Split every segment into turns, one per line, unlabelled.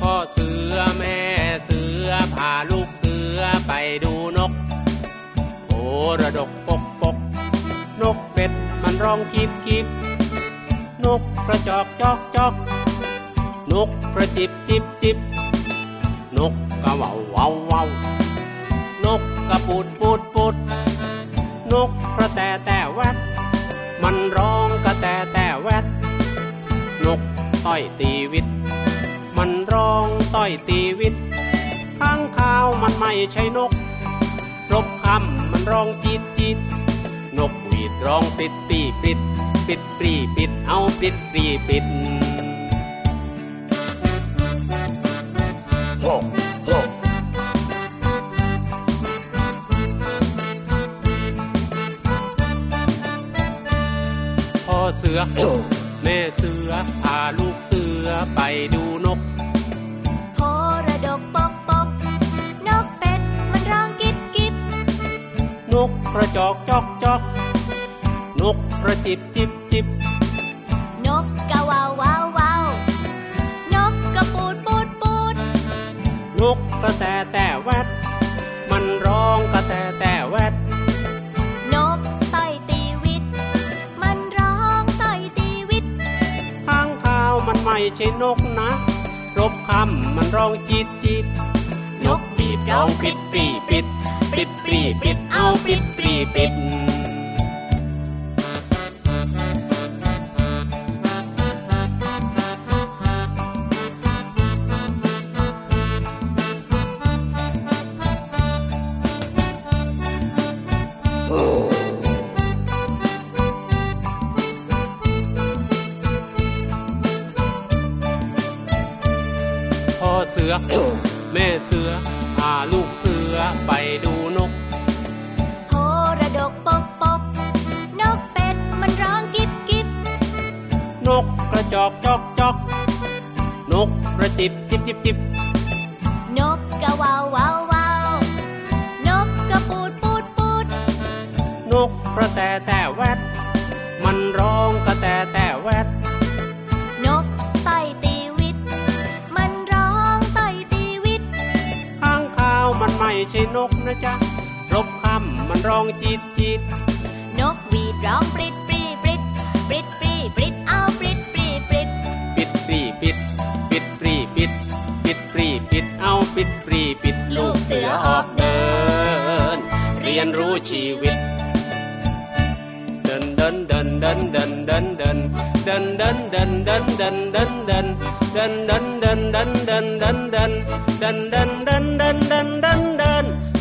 พ่อเสือแม่เสือพาลูกเสือไปดูนกโอระดกปกปก นกเป็ดมันร้องกีบกีบนกกระจอกจอกจอก นกกระจิบจิบจิบ นกกระเหว่าเว่าเว่านกกระปูดปูดปูด นกกระแตแต่แวดมันร้องกระแตแต่แวดนกต้อยตีวิต มันร้องต้อยตีวิตข้างข้าวมันไม่ใช่นก รบคำมันร้องจีดจีดนกหวีดร้องปิดปีปิด ปิดปรีปิดเอาปิดปรีปิด พ่อเสือ แม่เสือพาลูกเสือไปดูนก
โพระดกปกปก นกเป็ดมันร้องกิบกิบ
นกกระจอกจอกจอก นกกระจิบจิบจิบ
นกกะว่าววาววาวนกกระปูดปูดปูด
นกกระแตแต่แวด มันร้องกระแตแต่แวด
นกต่อยตีวิต มันร้องต่อยตีวิต
ข้างข้าวมันไม่ใช่นกนะ รบคำมันร้องจิตจิตนกปีบร้องปิดปีปิด ปิดปีปิดเอาปิดปีปิด พ่อเสือ แม่เสือพาลูกเสือไปดูนก
โพระดกปกปก นกเป็ดมันร้องกิบกิบ
นกกระจอกจอกจอก นกกระจิบจิบจิบจิบ
นกกะว่าววาววาวนกกระปูดปูดปูด
นกกระแตแต่แวด มันร้องกระแตแต่แวด
นกต่อยตีวิต มันร้องต่อยตีวิต
ข้างข้าวมันไม่ใช่นกนะจ๊ะ รบคำมันร้องจิตจิต
นกหวีดร้องปริดปรีปริดปริดปรีปริดเอาปริดปรีปริด
ปิดปรีปิด ปิดปรีปิด ปิดปรีปิดเอาปิดปรีปิดลูกเสือออกเดิน เรียนรู้ชีวิต เดินเดินเดินเดินเดินเดินเดินเดินเดินเดินเดินเดินเดินเดินเดินเดินเดินเดินเดินเดินเดินเดินเดินเดินเด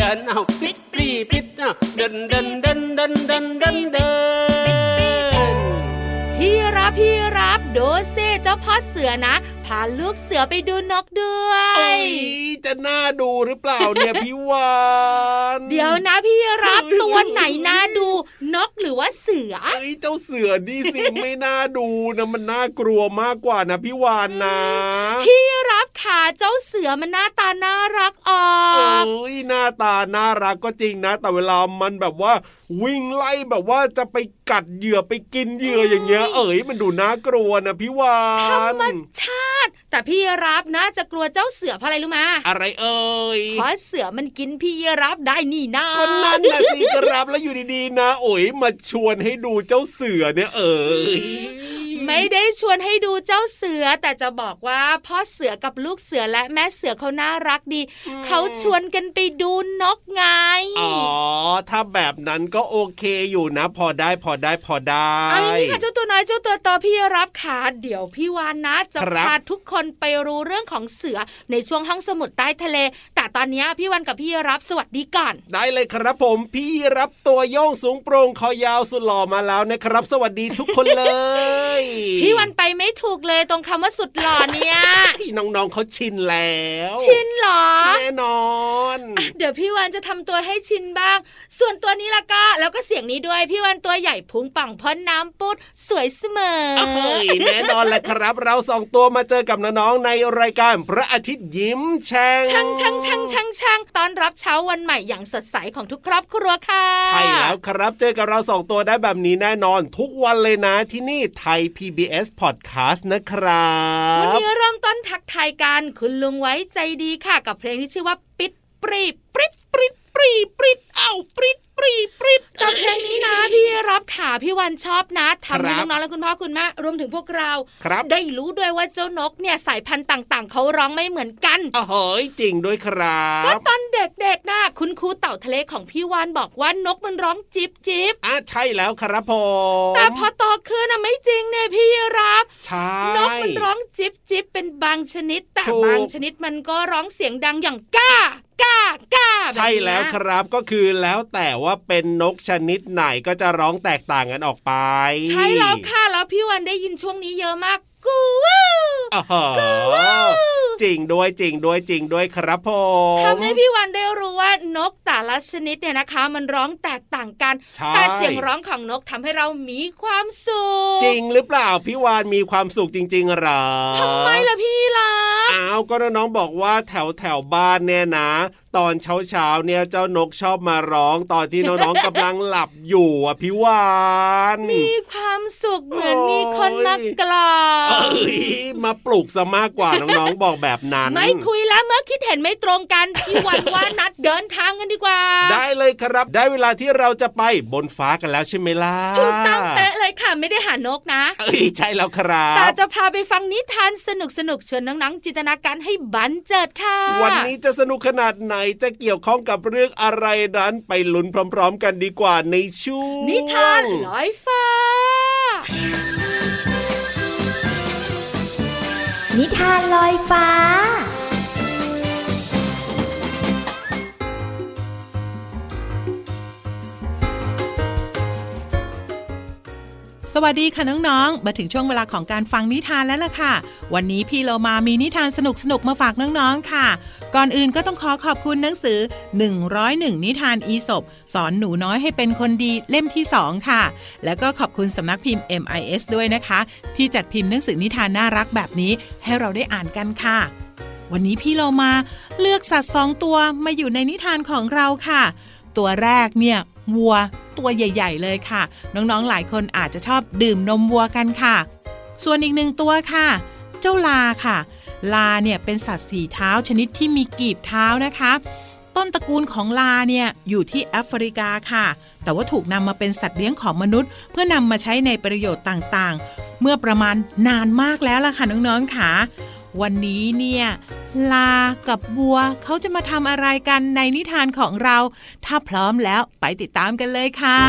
ดันอ้าวปิดปรีปิดอ้าวดันดันดันดันดันดันดัน
พี่รับพี่รับโดเซเจ้าพ่อเสือนะ พาลูกเสือไปดูนกด้วย
จะน่าดูหรือเปล่าเนี่ย พี่วาน
เดี๋ยวนะพี่รับตัวไหนน่าดู นกหรือว่าเสือ
เอ้ยเจ้าเสือนี่สิ ไม่น่าดูนะมันน่ากลัวมากกว่านะพี่วานนะ
พี่รับขาเจ้าเสือมันหน้าตาน่ารักออ
เอก ้ยหน้าตาน่ารักก็จริงนะ แต่เวลามันแบบว่า วิ่งไล่แบบว่าจะไปกัดเหยื่อไปกินเหยื่ออย่างเงี้ย เอ้ยมันดูน่ากลัวนะพี่วา า
ธร
น
รมชาติ แต่พี่รับนะจะกลัวเจ้าเสือเพราะอะไรรู้มา
อะไรเอ่ย
เพราะเสือมันกินพี่รับได้นี่นะ
ก็นั่นนะสิครับแล้วอยู่ดีๆ นะ โอ๋ยมาชวนให้ดูเจ้าเสือเนี่ยเอ่ย
ไม่ได้ชวนให้ดูเจ้าเสือ แต่จะบอกว่าพ่อเสือกับลูกเสือและแม่เสือเขาน่ารักดี เขาชวนกันไปดูนกไง
อ๋อ ถ้าแบบนั้นก็โอเคอยู่นะ พอได้พอได้พอได้
เอาอย่างนี้ค่ะเจ้าตัวน้อยเจ้าตัวต่อพี่รับขาเดี๋ยวพี่วานนะ จะ
ครับ
พาทุกคนไปรู้เรื่องของเสือในช่วงห้องสมุดใต้ทะเล แต่ตอนนี้พี่วานกับพี่รับสวัสดีก่อน
ได้เลยครับผมพี่รับตัวโย่องสูงโปร่งคอยาวสุดหล่อมาแล้วนะครับ สวัสดีทุกคนเลย
พี่วานไปไม่ถูกเลยตรงคำว่าสุดหล่อเนี่ย
ที่น้องๆเขาชินแล้ว
ชินเหรอ
แน่นอน
เดี๋ยวพี่วานจะทำตัวให้ชินบ้าง ส่วนตัวนี้ละก็แล้วก็เสียงนี้ด้วยพี่วานตัวใหญ่พุงปังพ้นน้ำปุดสวยเสมอ
เอ้ยแน่นอนแหละครับ เราสองตัวมาเจอกับน้องๆในรายการพระอาทิตย์ยิ้มแฉ่ง
ช่างช่างช่างช่างช่างต้อนรับเช้าวันใหม่อย่างสดใสของทุกครอบครัวค่ะ
ใช่แล้วครับเจอกับเราสองตัวได้แบบนี้แน่นอน ทุกวันเลยนะที่นี่ไทย PBS Podcast นะครั
วัน
บ
นี้เริ่มต้นทักทายกันคุณลุงไว้ใจดีค่ะ กับเพลงที่ชื่อว่าปิดปรีปริดปริดปรีปริดเอ้าปริดปรีปริดแต่เพลงนี้นะ พี่รับขาพี่วันชอบนะทำให้
ครับ
น้องๆและคุณพ่อคุณแม่รวมถึงพวกเรา
ครับ
ได้รู้ด้วยว่าเจ้านกเนี่ยสายพันธุ์ต่างๆ เขาร้องไม่เหมือนกัน
โอ้โหจริงด้วยครั
ก็
บ
ตอนเด็กๆนะคุณครูเต่าทะเลของพี่วานบอกว่านกมันร้องจิบจิบ
อ่ะใช่แล้วครับผม
แต่พอโตขึ้นนะไม่จริงเนี่ยพี่รับ
ใช่
นกมันร้องจิบจิบเป็นบางชนิด แต่
ถูก
บางชนิดมันก็ร้องเสียงดังอย่างก้า ก้า ก้าแบบ
ใช่
เนี้ย
แล้วครับก็คือแล้วแต่ว่าเป็นนกชนิดไหนก็จะร้องแตกต่างกันออกไป
ใช่แล้วค่ะแล้วพี่วันได้ยินช่วงนี้เยอะมากกูวู้
โอ้โห จริงด้วยจริงด้วยจริงด้วยครับผม
ทำให้พี่วันได้รู้ว่านกแต่ละชนิดเนี่ยนะคะ มันร้องแตกต่างกัน
ใช่
แต่เสียงร้องของนกทำให้เรามีความสุข
จริงหรือเปล่าพี่วานมีความสุขจริง ๆหรอ
ทำไมล่ะพี่ล่ะ
อ้าวก็น้องๆบอกว่าแถวแถวๆบ้านเนี่ยนะ ตอนเช้าๆเนี่ยเจ้านกชอบมาร้องตอนที่น้องๆ กำลังหลับอยู่อ่ะพี่วาน
มีความสุขเหมือนมีคนมา
โอ้ย
กล่อ
เอ้
ม
ยมาปลุกซะมากกว่าน้องๆบอกแบบนั้น
ไม่คุยแล้วเมื่อคิดเห็นไม่ตรงกัน พี่วันว่านัดเดินทางกันดีกว่า
ได้เลยครับ ได้เวลาที่เราจะไปบนฟ้ากันแล้วใช่ไหมล่ะ
ถูกต้องเป๊ะเลยค่ะ ไม่ได้หานกนะ
เอ้ยใช่แล้วครั
แต่
บ
จะพาไปฟังนิทานสนุกสนุกๆชวนน้องๆจินตนาการให้บันเจิดค่ะ
วันนี้จะสนุกขนาดไหนจะเกี่ยวข้องกับเรื่องอะไรนั้นไปลุ้นพร้อม ๆ กันดีกว่าในช่วง
นิทานลอยฟ้า
นิทานลอยฟ้า
สวัสดีค่ะน้องๆ มาถึงช่วงเวลาของการฟังนิทานแล้วล่ะค่ะ วันนี้พี่เรามามีนิทานสนุกๆ มาฝากน้องๆ ค่ะ ก่อนอื่นก็ต้องขอขอบคุณหนังสือ 101 นิทานอีสบสอนหนูน้อยให้เป็นคนดีเล่มที่ 2 ค่ะ แล้วก็ขอบคุณสำนักพิมพ์ MIS ด้วยนะคะ ที่จัดพิมพ์หนังสือนิทานน่ารักแบบนี้ให้เราได้อ่านกันค่ะ วันนี้พี่เรามาเลือกสัตว์สองตัวมาอยู่ในนิทานของเราค่ะ ตัวแรกเนี่ยวัวตัวใหญ่ ๆ เลยค่ะ น้องๆหลายคนอาจจะชอบดื่มนมวัวกันค่ะ ส่วนอีกหนึ่งตัวค่ะ เจ้าลาค่ะ ลาเนี่ยเป็นสัตว์สี่เท้าชนิดที่มีกีบเท้านะคะ ต้นตระกูลของลาเนี่ยอยู่ที่แอฟริกาค่ะ แต่ว่าถูกนำมาเป็นสัตว์เลี้ยงของมนุษย์ เพื่อนำมาใช้ในประโยชน์ต่างๆ เมื่อประมาณนานมากแล้วล่ะค่ะน้องๆค่ะ วันนี้เนี่ยลากับบัวเขาจะมาทำอะไรกันในนิทานของเรา ถ้าพร้อมแล้วไปติดตามกันเลยค่ะ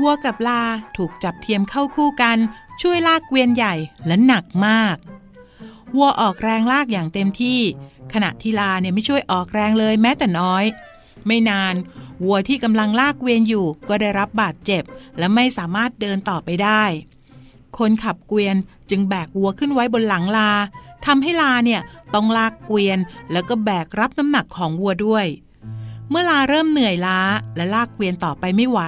วัวกับลาถูกจับเทียมเข้าคู่กัน ช่วยลากเกวียนใหญ่และหนักมาก วัวออกแรงลากอย่างเต็มที่ ขณะที่ลาเนี่ยไม่ช่วยออกแรงเลยแม้แต่น้อย ไม่นาน วัวที่กำลังลากเกวียนอยู่ก็ได้รับบาดเจ็บ และไม่สามารถเดินต่อไปได้ คนขับเกวียนจึงแบกวัวขึ้นไว้บนหลังลาทำให้ลาเนี่ยต้องลากเกวียน แล้วก็แบกรับน้ำหนักของวัวด้วย เมื่อลาเริ่มเหนื่อยล้าและลากเกวียนต่อไปไม่ไหว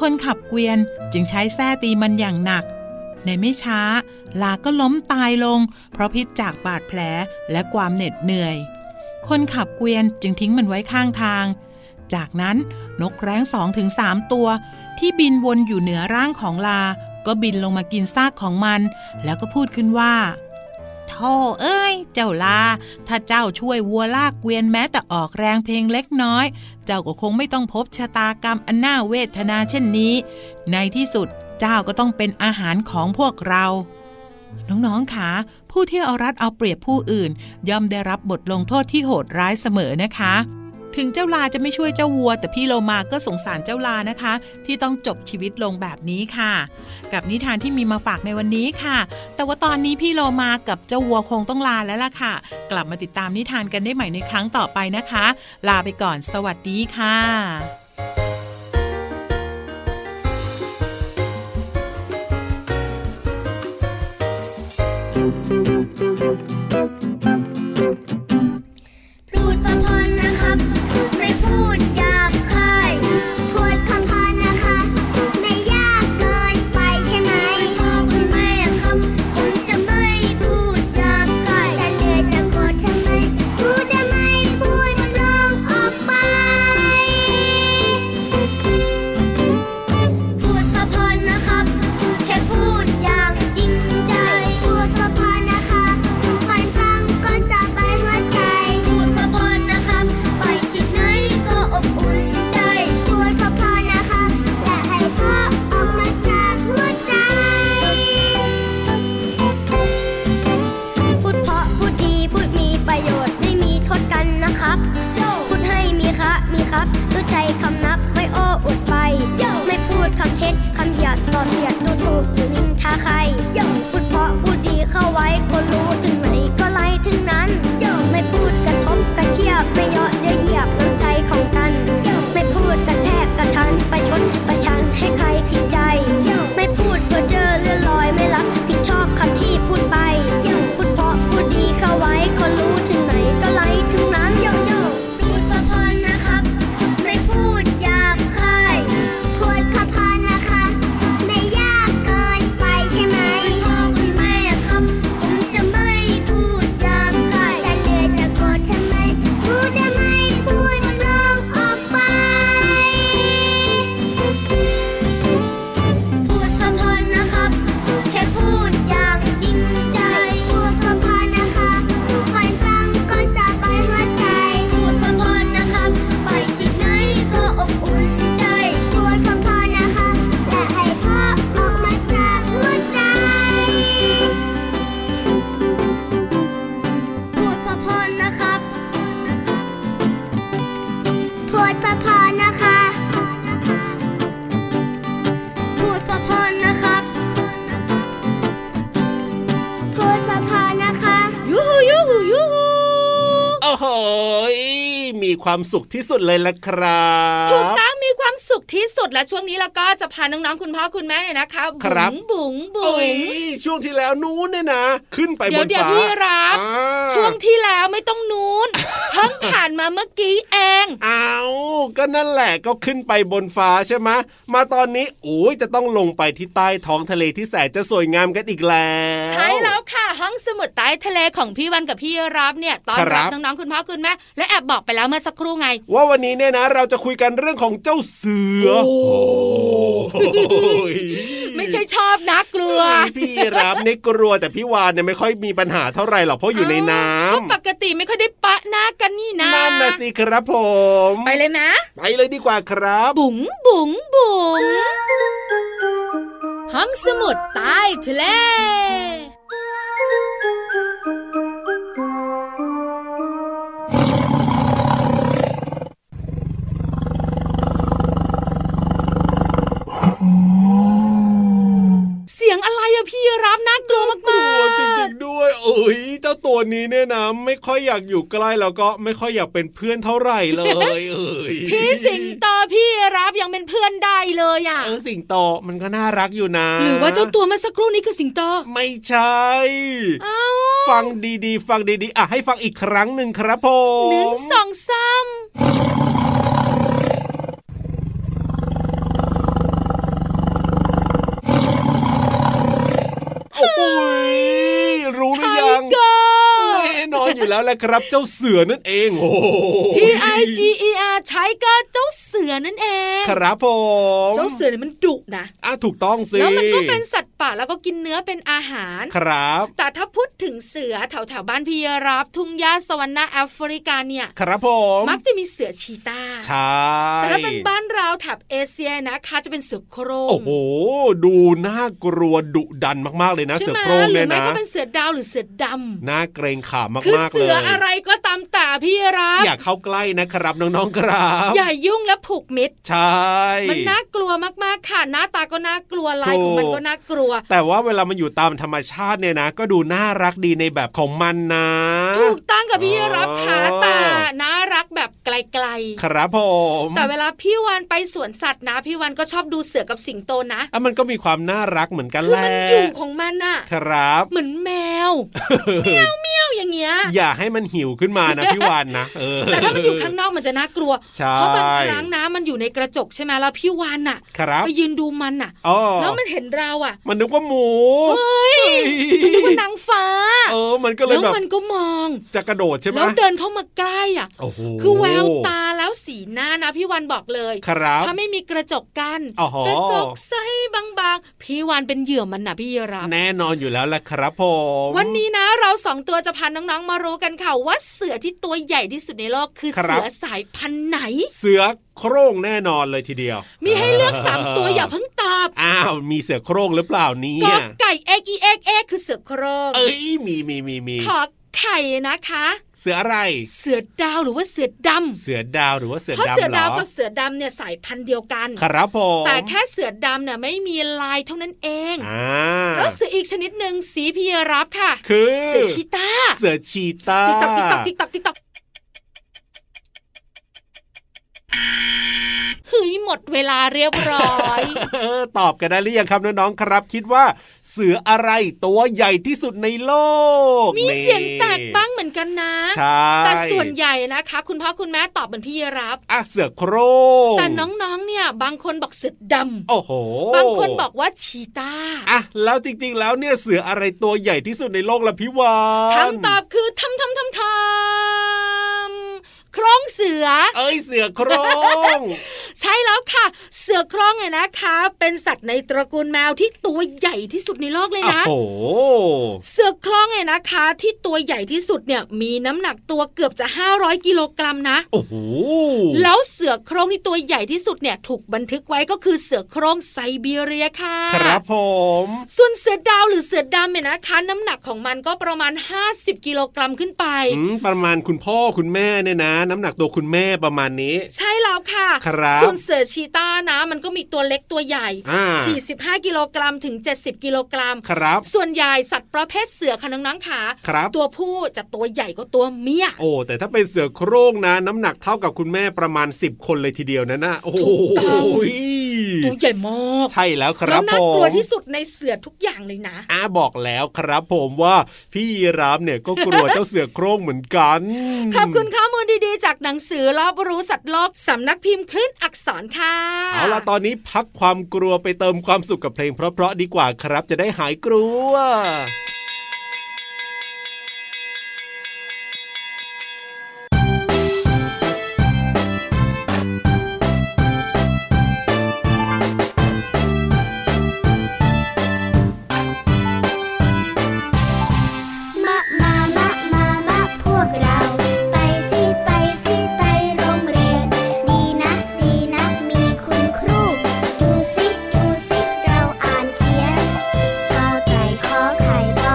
คนขับเกวียนจึงใช้แส้ตีมันอย่างหนัก ในไม่ช้า ลาก็ล้มตายลง เพราะพิษจากบาดแผลและความเหน็ดเหนื่อย คนขับเกวียนจึงทิ้งมันไว้ข้างทาง จากนั้นนกแร้งสองถึงสามตัว ที่บินวนอยู่เหนือร่างของลา ก็บินลงมากินซากของมัน แล้วก็พูดขึ้นว่าโธ่เอ้ย เจ้าลา ถ้าเจ้าช่วยวัวลากเกวียนแม้แต่ออกแรงเพียงเล็กน้อย เจ้าก็คงไม่ต้องพบชะตากรรมอันน่าเวทนาเช่นนี้ ในที่สุดเจ้าก็ต้องเป็นอาหารของพวกเรา น้องๆค่ะผู้ที่เอารัดเอาเปรียบผู้อื่น ย่อมได้รับบทลงโทษที่โหดร้ายเสมอนะคะ ถึงเจ้าลาจะไม่ช่วยเจ้าวัว แต่พี่โลมาก็สงสารเจ้าลานะคะ ที่ต้องจบชีวิตลงแบบนี้ค่ะ กับนิทานที่มีมาฝากในวันนี้ค่ะ แต่ว่าตอนนี้พี่โลมากับเจ้าวัวคงต้องลาแล้วล่ะค่ะ กลับมาติดตามนิทานกันได้ใหม่ในครั้งต่อไปนะคะ ลาไปก่อน สวัสดีค่ะ
พูดประพนนะครับ ไม่พูดหยาบคายพูดคำพานนะคะ ไม่ยากเกินไปใช่ไหมพ่อคุณแม่ครับผมจะไม่พูดหยาบคายจะเหนื่อยจะโกรธทำไมกูจะไม่พูดร้องออกไป พูดประพนนะครับ แค่พูดอย่างจริงใจ พูดประพนนะคะฟังฟังก็สบายหัวใจ พูดประพนนะครับ ไปที่ไหนก็อบอุ่นใจ พูดประพนนะคะแต่ให้พ่อออกมาจากหัวใจ พูดเพราะพูดดีพูดมีประโยชน์ไม่มีโทษกันนะครับ พูดให้มีคะมีครับรู้ใจคำนับไว้โอ้อวดไป ไม่พูดคำเท็จคำเหยียดต่อเหยียดดูถูกหรือนินทาใคร พูดเพราะพูดดีเข้าไว้คนรู้ถึงไหนก็ไล่ถึงนั้น ไม่พูดกระทบกระเทียบไม่เยาะเย้ยเหยียบน้ำใจของกัน ไม่พูดกระแทกกระทันประชดประชันให้ใครผิดใจ ไม่พูดเพ้อเจ้อเลื่อนลอยไม่รับผิดชอบคำที่พูดไป พูดเพราะพูดดีเข้าไว้ก็รู้ถึงไหนก็ไล่ถึงนั้นโยโย่พูดพอพอนะครับ ไม่พูดหยาบคายพูดพอพอนะคะ ไม่ยากเกินไปใช่ไหมพ่อคุณแม่ครับผมจะไม่พูดหยาบคายจะเหนื่อยจะโกรธทำไมกูจะไม่พูดร้องออกไป พูดพอๆนะครับ แค่พูดอย่างจริงใจ พูดพอๆนะคะฟังฟังก็สบายหัวใจ พูดพอๆนะครับ ไปที่ไหนก็อบอุ่นใจ พูดพอๆนะคะแต่ให้พ่อออกมาจากหัวใจ พูดพอๆนะครับ พูดพอๆนะคะ พูดพอพอนะครับ พูดพอพอนะคะ
ยูฮูยูฮูยูฮู
โอ้โหยมีความสุขที่สุดเลยละครั
ถูก
บ
ต้องมีความสุขที่สุดและช่วงนี้แล้วก็จะพาน้องๆคุณพ่อคุณแม่เนี่ยนะคะ
ครับ
บุ๋งบุ๋งบุ๋
โอ้ย
ง
ช่วงที่แล้วนู้นเนี่ยนะ ขึ้นไปบ
เดี๋ยวน เดี๋ยว
ฟ้า
พี่รับ
อ่า
ช่วงที่แล้วไม่ต้องนูนเพิ่งผ่านมาเมื่อกี้เอง
เอาก็นั่นแหละก็ขึ้นไปบนฟ้าใช่ไหมมาตอนนี้โอ้ยจะต้องลงไปที่ใต้ท้องทะเลที่แสนจะสวยงามกันอีกแล้ว
ใช่แล้วค่ะห้องสมุดใต้ทะเลของพี่วันกับพี่รับเนี่ยตอน
ครั
รับบ น้องๆคุณพ่อคุณแม่และแอบบอกไปแล้วเมื่อสักครู่ไง
ว่าวันนี้เนี่ยนะ เราจะคุยกันเรื่องของเจ้าเสือโอ้ย
ไม่ใช่ชอบนะกลัว
พี่รับในกลัวแต่พี่วานเนี่ยไม่ค่อยมีปัญหาเท่าไหร่หรอกเพราะอยู่ในน้ำ
ก็ปกติไม่ค่อยได้ปะหน้ากันนี่นะ
นั่นนะสิครับผม
ไปเลยนะ
ไปเลยดีกว่าครับ
บุ๋งบุ๋งบุ๋งห้องสมุดใต้ทะเล เสียงอะไรอะพี่รับน่ากลัวมาก
กลัวจริ
ๆ
งๆด้วยเอ้ยเจ้าตัวนี้เนี่ยนะไม่ค่อยอยากอยู่ใกล้แล้วก็ไม่ค่อยอยากเป็นเพื่อนเท่าไหร่เลย เอ้ย
พี่สิงโตพี่รับยังเป็นเพื่อนได้เลยอะ
เออสิงโตมันก็น่ารักอยู่นะ
หรือว่าเจ้าตัวเมื่อสักครู่นี้คือสิงโต
ไม่ใช่
เอ้า
ฟังดีๆ ฟังดีๆอ่ะให้ฟังอีกครั้งหนึ่งครับผม
หนึ่งสองสาม
โอ้ยรู้หรือยัง
ไทเกอร์
แหม่ น่นอนอยู่แล้วแหละครับ เจ้าเสือนั่นเองโอ้โห
T I G E R ใช้ก็เจ้าเสือนั่นเอง
ครับผม
เจ้าเสือเนี่ยมันดุนะ
อ่ะถูกต้องสิ
แล้วมันก็เป็นสัตว์ป่าแล้วก็กินเนื้อเป็นอาหาร
ครับ
แต่ถ้าพูดถึงเสือแถวแถวๆบ้านพี่รับ ทุ่งหญ้าสวรรค์แอฟริกาเนี่ย
ครับผม
มักจะมีเสือชีตา
ใช่
แต่ถ้าเป็นบ้านเราแถบเอเชียนะคะจะเป็นเสือโครง
โอ้โห ดูน่ากลัวดุดันมากๆเลยนะ
ใช่
เสือ
ไหม
โคร่ง
หรื
เนี่ย
ไม่
นะ
ก็เป็นเสือดาวหรือเสือด
น่าเกรงขาม
ำคือ
มากๆเล
เสื
ย
ออะไรก็ตามแต่พี่รับ
อย่าเข้าใกล้นะครับน้องๆครับ
อย่ายุ่งและผูกมิตร
ใช่
มันน่ากลัวมากๆค่ะหน้าตาก็น่ากลัวลายของมันก็น่ากลัว
แต่ว่าเวลามันอยู่ตามธรรมชาติเนี่ยนะ ก็ดูน่ารักดีในแบบของมันนะ
ถูกตั้องกับพี่รับขา
อ๋อ
ตาน่ารักแบบไกล
ครับผม
ๆ แต่เวลาพี่วันไปสวนสัตว์นะ พี่วันก็ชอบดูเสือกับสิงโตนะ
อ่ะมันก็มีความน่ารักเหมือนกัน
คือ
แหละ
มันอยู่ของมันน่ะ
ครับ
เหมือนแมวเมี้ยวอย่างเงี้ย
อย่าให้มันหิวขึ้นมานะ พี่วานนะเออ
แต่ถ้ามันอยู่ข้างนอกมันจะน่ากลัว
ใช่
เพราะบางครั้งนะมันอยู่ในกระจกใช่ไหมแล้วพี่วันน่ะ
ครับ
ไปยืนดูมันน่ะ
อ๋อ
แล้วมันเห็นเราอ่ะ
มันนึกว่าหมู
มันนึกว่านางฟ้า
เออ มันก็เล
แล้
ยว แบบ
มันก็มอง
จะกระโดดใช่ไหม
แล้วเดินเข้ามาใกล้อ่ะ
โอ้โห
คือแววตาแล้วสีหน้านะพี่วันบอกเลย
ครับ
ถ้าไม่มีกระจกกัน
อ๋อฮะ
กระจกใสบางๆ พี่วานเป็นเหยื่อมันนะพี่รับ
แน่นอนอยู่แล้วแหละครับผม
วันนี้นะเราสองตัวจะพาน้องๆมารู้กันค่ะว่าเสือที่ตัวใหญ่ที่สุดในโลกคือเสือสายพันธุ์ไหน
เสือโคร่งแน่นอนเลยทีเดียว
มีให้เลือกสามตัวอย่าเพิ่งตอบ
อ้าวมีเสือโคร่งหรือเปล่าเนี่
ก็
ย
ไก่เอ็กอีเอ็กเอ็กคือเสือโครง
เอ้ยมีมีมีมี
ขอไข่นะคะ
เสืออะไร
เสือดาวหรือว่าเสือดำ
เสือดาวหรือว่าเสือ
เพราะ
ดำ
เสือ
เหร
ดาว
อ
กับเสือดำเนี่ยสายพันธุ์เดียวกัน
ครับผม
แต่แค่เสือดำเนี่ยไม่มีลายเท่านั้นเอง
อ่า
แล้วเสืออีกชนิดหนึ่งสีพีรับค่ะ
คือ
เสือชีตา
เสือชีตา
ติ๊กตักติ๊กตักติ๊กตักติ๊กตักเฮ้ยหมดเวลาเรียบร้อย
เออตอบกันได้หรือยังครับน้องๆครับ คิดว่าเสืออะไรตัวใหญ่ที่สุดในโลก
มี
นี่
เสียงแตกบ้างเหมือนกันนะ
ใช่
แต่ส่วนใหญ่นะคะ คุณพ่อคุณแม่ตอบเหมือนพี่ยีรับ
อ่ะเสือโครง
แต่น้องๆเนี่ย บางคนบอกเสือด
โอ้โห
ำบางคนบอกว่าชีตา
อ่ะแล้วจริงๆแล้วเนี่ยเสืออะไรตัวใหญ่ที่สุดในโลกล่ะพี่วาน
คำตอบคือทำทำทำทำโครงเสือ
เอ้ยเสือโครง
ใช่แล้วค่ะ เสือโคร่งเนี่ยนะคะ เป็นสัตว์ในตระกูลแมวที่ตัวใหญ่ที่สุดในโลกเลย
โอ้
นะ
โห
เสือโคร่งเนี่ยนะคะ ที่ตัวใหญ่ที่สุดเนี่ยมีน้ำหนักตัวเกือบจะ 500 กิโลกรัมนะ
โอ้โห
แล้วเสือโคร่งที่ตัวใหญ่ที่สุดเนี่ยถูกบันทึกไว้ก็คือเสือโคร่งไซบีเรียค่ะ
ครับผม
ส่วนเสือดาวหรือเสือดำเนี่ยนะคะ น้ำหนักของมันก็ประมาณ 50 กิโลกรัมขึ้นไป
อืมประมาณคุณพ่อคุณแม่เนี่ยนะ น้ำหนักตัวคุณแม่ประมาณนี้
ใช่แล้วค่ะ
ครับ
ส่วนเสือชีตานะ มันก็มีตัวเล็กตัวใหญ่
อ่า
45 กิโลกรัมถึง 70 กิโลกรัม
ครับ
ส่วนใหญ่สัตว์ประเภทเสือค่ะน้องๆขา
ครับ
ตัวผู้จะตัวใหญ่กว่าตัวเมีย
โอ้แต่ถ้าเป็นเสือโคร่งนะ น้ำหนักเท่ากับคุณแม่ประมาณ 10 คนเลยทีเดียวนะนะโอ้โห
ถูกต้อง ตัวใหญ่มาก
ใช่แล้วค
แล้
รั
ว
บ
น่า
ผ
กลัว
ม
ที่สุดในเสือทุกอย่างเลยนะ
อาบอกแล้วครับผมว่าพี่ยีรามเนี่ยก็กลัว เจ้าเสือโคร่งเหมือนกัน
ขอบคุณข้อมูลดีๆ จากหนังสือรอบรู้สัตว์โลกสำนักพิมพ์คลื่นอักษรค่ะ
เอาล่ะตอนนี้พักความกลัวไปเติมความสุขกับเพลงเพราะๆดีกว่าครับ จะได้หายกลัว
มะมามะมามะพวกเรา ไปสิไปสิไปโรงเรียน ดีนะดีนะมีคุณครู ดูสิดูสิเราอ่านเขียนกอไก่ขอไข่ปอ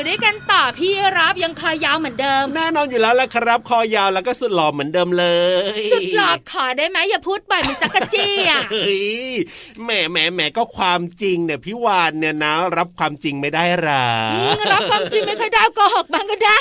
ด้วยกันต่อพี่รับยังคอยยาวเหมือนเดิม
แน่นอนอยู่แล้วละครับ คอยาวแล้วก็สุดหล่อเหมือนเดิมเลย
สุดหลอกขอได้ไหมอย่าพูดบ่อยมันจักรจี้อ่ะ
เฮ้ยแหมแหมแหมก็ความจริงเนี่ยพี่วานเนี่ยนะ รับความจริงไม่ได้หรอ
อืมรับความจริงไม่ค่อยได้โกหกบ้างก็ได้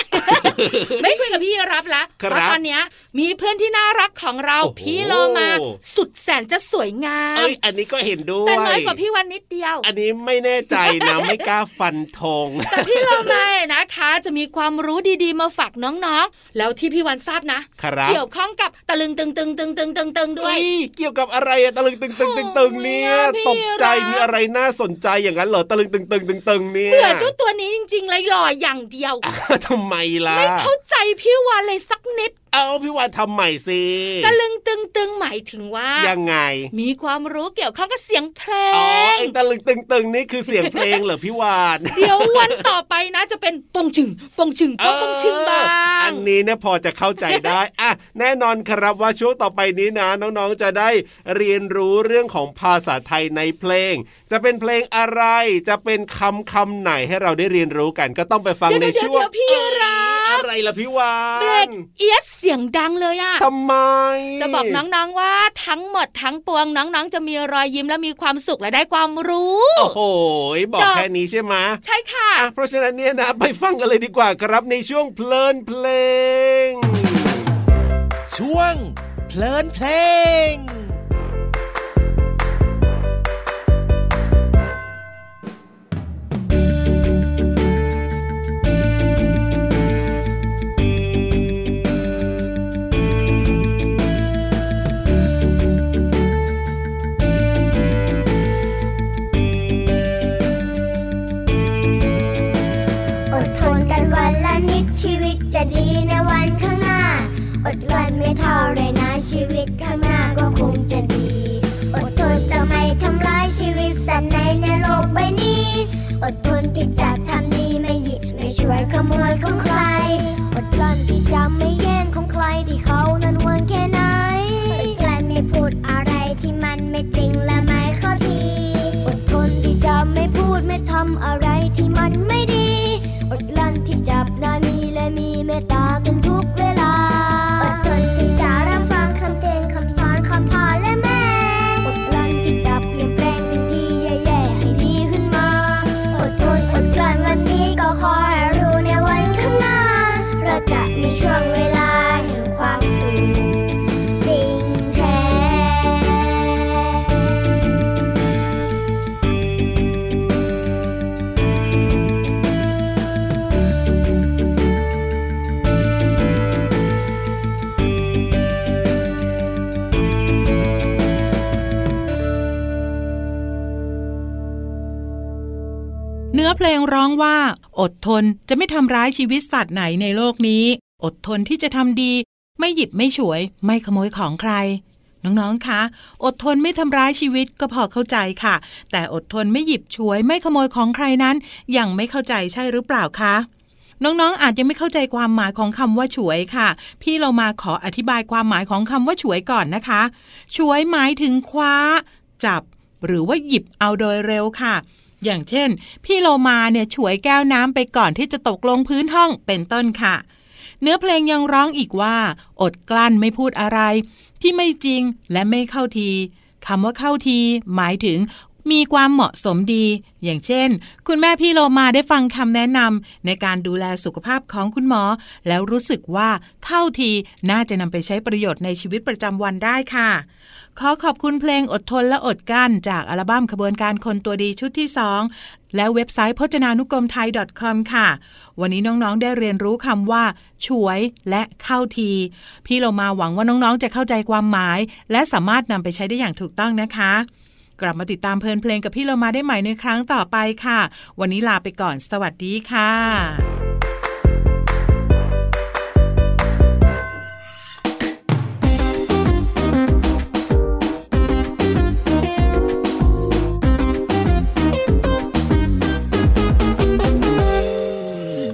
ไม่คุยกับพี่รับละ
ค
เพ
รับ
ราะตอนเนี้ยมีเพื่อนที่น่ารักของเรา
โอ้โห
พี่โลมาสุดแสนจะสวยงาม
เอ้ยอันนี้ก็เห็นด้วย
แต่น้อยกว่าพี่วันนิดเดียว
อันนี้ไม่แน่ใจนะ ไม่กล้าฟันธง
แต่พี่โลมาเนี่ยนะคะ จะมีความรู้ดีๆมาฝากน้องๆ แล้วที่พี่วันทราบนะครับ เกี่ยวข้องกับตะลึงตึงตึงตึงตึงตึงตึงด้วย
เอ้ยเกี่ยวกับอะไรอะตะลึงตึงตึงตึงตึงเนี่ย
โอ้ยพี่
ตกใจ
รัก
มีอะไรน่าสนใจอย่างนั้นเหรอตะลึงตึงตึงตึงตึงเนี่ย
เบื่อเจ้าตัวนี้จริงๆเลยหล่ออย่างเดียว
ทำไมล่ะ
ไม่เข้าใจพี่วันเลยสักนิด
เอาพี่วานทำใหม่สิ
ตะลึงตึงตึงหมายถึงว่า
ยังไง
มีความรู้เกี่ยวข้องกับเสียงเพล
อ๋อไอง ตะลึงตึงตึงนี่คือเสียงเพลงเหรอพี่วาน
เดี๋ยววันต่อไปนะจะเป็นปงชึงปงชึงปงปงชึงบ้า
เอออั
ง
นนี้เนี่ยพอจะเข้าใจได้อะ แน่นอนครับว่าช่วงต่อไปนี้นะน้องๆจะได้เรียนรู้เรื่องของภาษาไทยในเพลง จะเป็นเพลงอะไรจะเป็นคำคำไหนให้เราได้เรียนรู้กันก็ต้องไปฟัง
เดี๋ยว
ใน
เดี๋ยวเดี๋
ช่วง
ยวพี่รั
อะ
ก
ไรล่ะพี่วาน
เด็กเอียดเสียงดังเลยอะ
ทำไม
จะบอกน้องๆว่าทั้งหมดทั้งปวงน้องๆ จะมีรอยยิ้มและมีความสุขและได้ความรู้
โอ้โหบอก
จบ
แค่นี้ใช่ไหม
ใช่ค่ะ
อ่ะเพราะฉะนั้นเนี่ยนะไปฟังกันเลยดีกว่าครับในช่วงเพลินเพลง
ช่วง เพลินเพลง
อดทนกันวันละนิดชีวิตจะดีในวันข้างหน้า อดกลั้นไม่เท่าไรนะชีวิตข้างหน้าก็คงจะดี อดทนจะไม่ทำร้ายชีวิตสัตว์ในในโลกใบนี้ อดทนที่จะทำดีไม่หยิบไม่ช่วยขโมยของใคร อดกลั้นที่จะไม่แย่งของใครที่เขานั้นหวงแค่ไหน อดกลั้นไม่พูดอะไรที่มันไม่จริงและไม่เข้าที อดทนที่จะไม่พูดไม่ทำอะไรที่มันไม่ดี อดลั่นที่จับนานีและมีเมตตากันทุกเวลา อดทนที่จะรับฟังคำเตือนคำสอนคำพาและแม่ อดลั่นที่จะเปลี่ยนแปลงสิ่งที่แย่ๆให้ดีขึ้นมา อดทนอดกลั้นวันนี้ก็ขอให้รู้ในวันข้างหน้า เราจะมีช่วงเวลาแห่งความสุขจริงแท้
เนื้อเพลงร้องว่า อดทนจะไม่ทำร้ายชีวิตสัตว์ไหนในโลกนี้ อดทนที่จะทำดี ไม่หยิบไม่ฉวย ไม่ขโมยของใคร น้องๆคะ อดทนไม่ทำร้ายชีวิตก็พอเข้าใจค่ะ แต่อดทนไม่หยิบฉวย ไม่ขโมยของใครนั้น ยังไม่เข้าใจใช่หรือเปล่าคะ น้องๆ อาจยังไม่เข้าใจความหมายของคำว่าฉวยค่ะ พี่เรามาขออธิบายความหมายของคำว่าฉวยก่อนนะคะ ฉวยหมายถึงคว้า จับ หรือว่าหยิบเอาโดยเร็วค่ะ อย่างเช่น พี่โลมาเนี่ยฉวยแก้วน้ำไปก่อนที่จะตกลงพื้นห้องเป็นต้นค่ะ เนื้อเพลงยังร้องอีกว่า อดกลั้นไม่พูดอะไร ที่ไม่จริงและไม่เข้าทีคำว่าเข้าที หมายถึง มีความเหมาะสมดี อย่างเช่น คุณแม่พี่โลมาได้ฟังคำแนะนำในการดูแลสุขภาพของคุณหมอ แล้วรู้สึกว่าเข้าทีน่าจะนำไปใช้ประโยชน์ในชีวิตประจำวันได้ค่ะ ขอขอบคุณเพลงอดทนและอดกลั้น จากอัลบั้มขบวนการคนตัวดีชุดที่ 2 และเว็บไซต์พจนานุกรมไทย .com ค่ะ วันนี้น้องๆได้เรียนรู้คำว่า ช่วยและเข้าที พี่เรามาหวังว่าน้องๆ จะเข้าใจความหมาย และสามารถนำไปใช้ได้อย่างถูกต้องนะคะ กลับมาติดตามเพลินเพลงกับพี่เรามาได้ใหม่ในครั้งต่อไปค่ะ วันนี้ลาไปก่อน สวัสดีค่ะ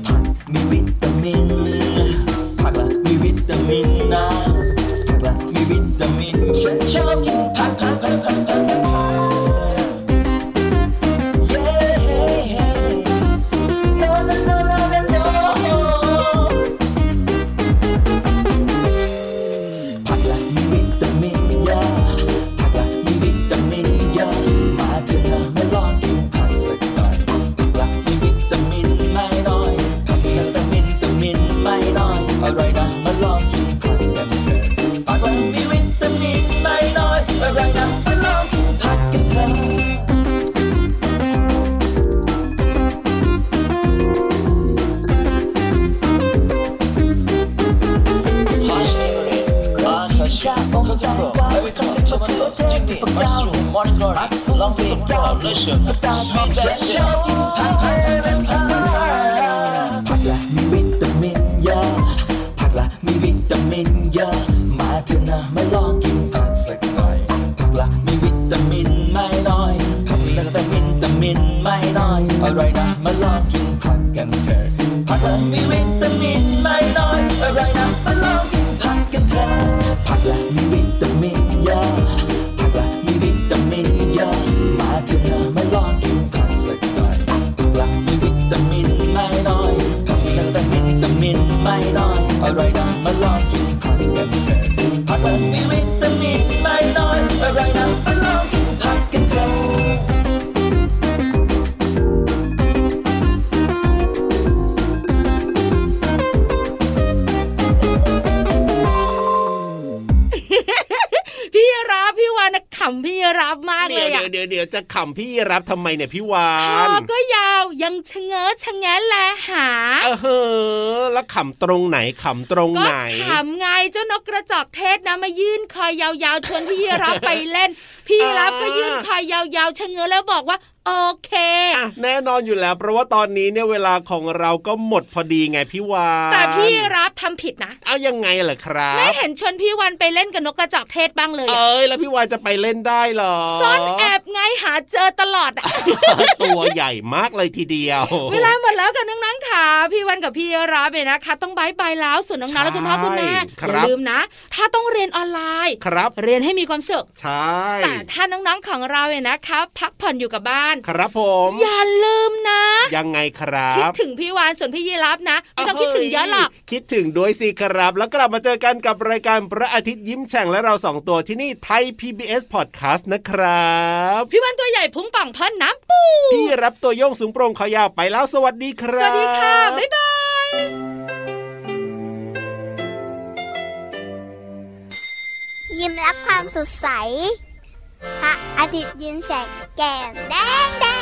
ผักมีวิตามิน ผักละมีวิตามินนะผักละมีวิตามิน ฉันชอบกินผักผักผักผักผักผักเย้เฮ้เฮ้ no no no no no อร่อยนะมาลองกินผักกันเถอะผักเรามีวิตามินไม่น้อยอร่อยนะมาลองกินผักกันเถอะผักชีผักชีชาโอ้ยกาวไอ้วิตามินทมันลดจริงดิผักดาวมอร์นกอร์ลองกินผักดาวเลยเชียวผักดาวมีแต่ชอบกินผักเป็นผัก ผักละมีวิตามินเยอะ ผักละมีวิตามินเยอะ มาเถอะนะมาลองกินผักสักหน่อย ผักละมีวิตามินไม่น้อย ผักมีแต่วิตามินไม่น้อย อร่อยนะมาลองกินผักกันเถอะ ผักละมีวิตามินไม่น้อย อร่อยนะมาลองกินผักกันเถอะ ผักละมีวิตามินเยอะ ผักละมีวิตามินเยอะ มาเถอะนะมาลองกินผักสักหน่อย ผักละมีวิตามินไม่น้อยผักละแต่วิตามินไม่น้อยอร่อยนะมาลองกินผักกันเถอะผักละมีวิตามินไม่น้อยอร่อยนะมาลองกินผักกันเถอะ
พี่รับพี่วานนะขำพี่รับมากเล
เดี๋ยวยเดี๋ย
อะ
วเดี๋ยวเดี๋ยวจะขำพี่รับทำไมเนี่ยพี่วา
คนอก็ยาวยังชะเง้อชะแงะแลหา
เออเฮ้อแล้วขำตรงไหนขำตรง
ก็
ไหน
ขำไงเจ้านกกระจอกเทศนะมายื่นคอยาวๆชวนพี่รับไปเล่น พี่รับก็ยื่นคอยาวๆชะเง้อแล้วบอกว่า โอเค
อ่ะแน่นอนอยู่แล้ว เพราะว่าตอนนี้เนี่ยเวลาของเราก็หมดพอดีไงพี่วาน
แต่พี่รับทำผิดนะ
เอายังไงเหรอครับ
ไม่เห็นชวนพี่วันไปเล่นกับนกกระจอกเทศบ้างเลยอะ
เอ้ยแล้วพี่วานจะไปเล่นได้เหรอ
ซ่อนแอบไงหาเจอตลอดอะ
ตัวใหญ่มากเลยทีเดียว
เวลาหมดแล้วกันน้องๆค่ะ พี่วันกับพี่รับเนี่ยนะคะ ต้องบายบายแล้วส่วนน้องๆและคุณพ่อคุณแม่
ใช่ค
อ
รับ
ย่าลืมนะ ถ้าต้องเรียนออนไลน์
ครับ
เรียนให้มีความสุข
ใช่
แต่ถ้าน้องๆของเราเนี่ยนะคะพักผ่อนอยู่กับบ้าน
ครับผม
อย่าลืมนะ
ยังไงครั
คิด
บ
ถึงพี่วานส่วนพี่ยีรับนะไม่ต้องคิดถึงเยอะหรอก
คิดถึงด้วยสิครับ แล้วกลับมาเจอกันกับรายการพระอาทิตย์ยิ้มแฉ่งและเราสองตัวที่นี่ไทย PBS Podcast นะครับ
พี่วันตัวใหญ่พุงป่องพ่นน้ำปู
พี่รับตัวโยงสูงโปร่งขอยาวไปแล้วสวัสดีค
ส
รั
วั
บ
สดีค่ะบ๊ายบาย
ยิ้มรับความสดใส พระอาทิตย์ยิ้มแฉกแก้มแดงแด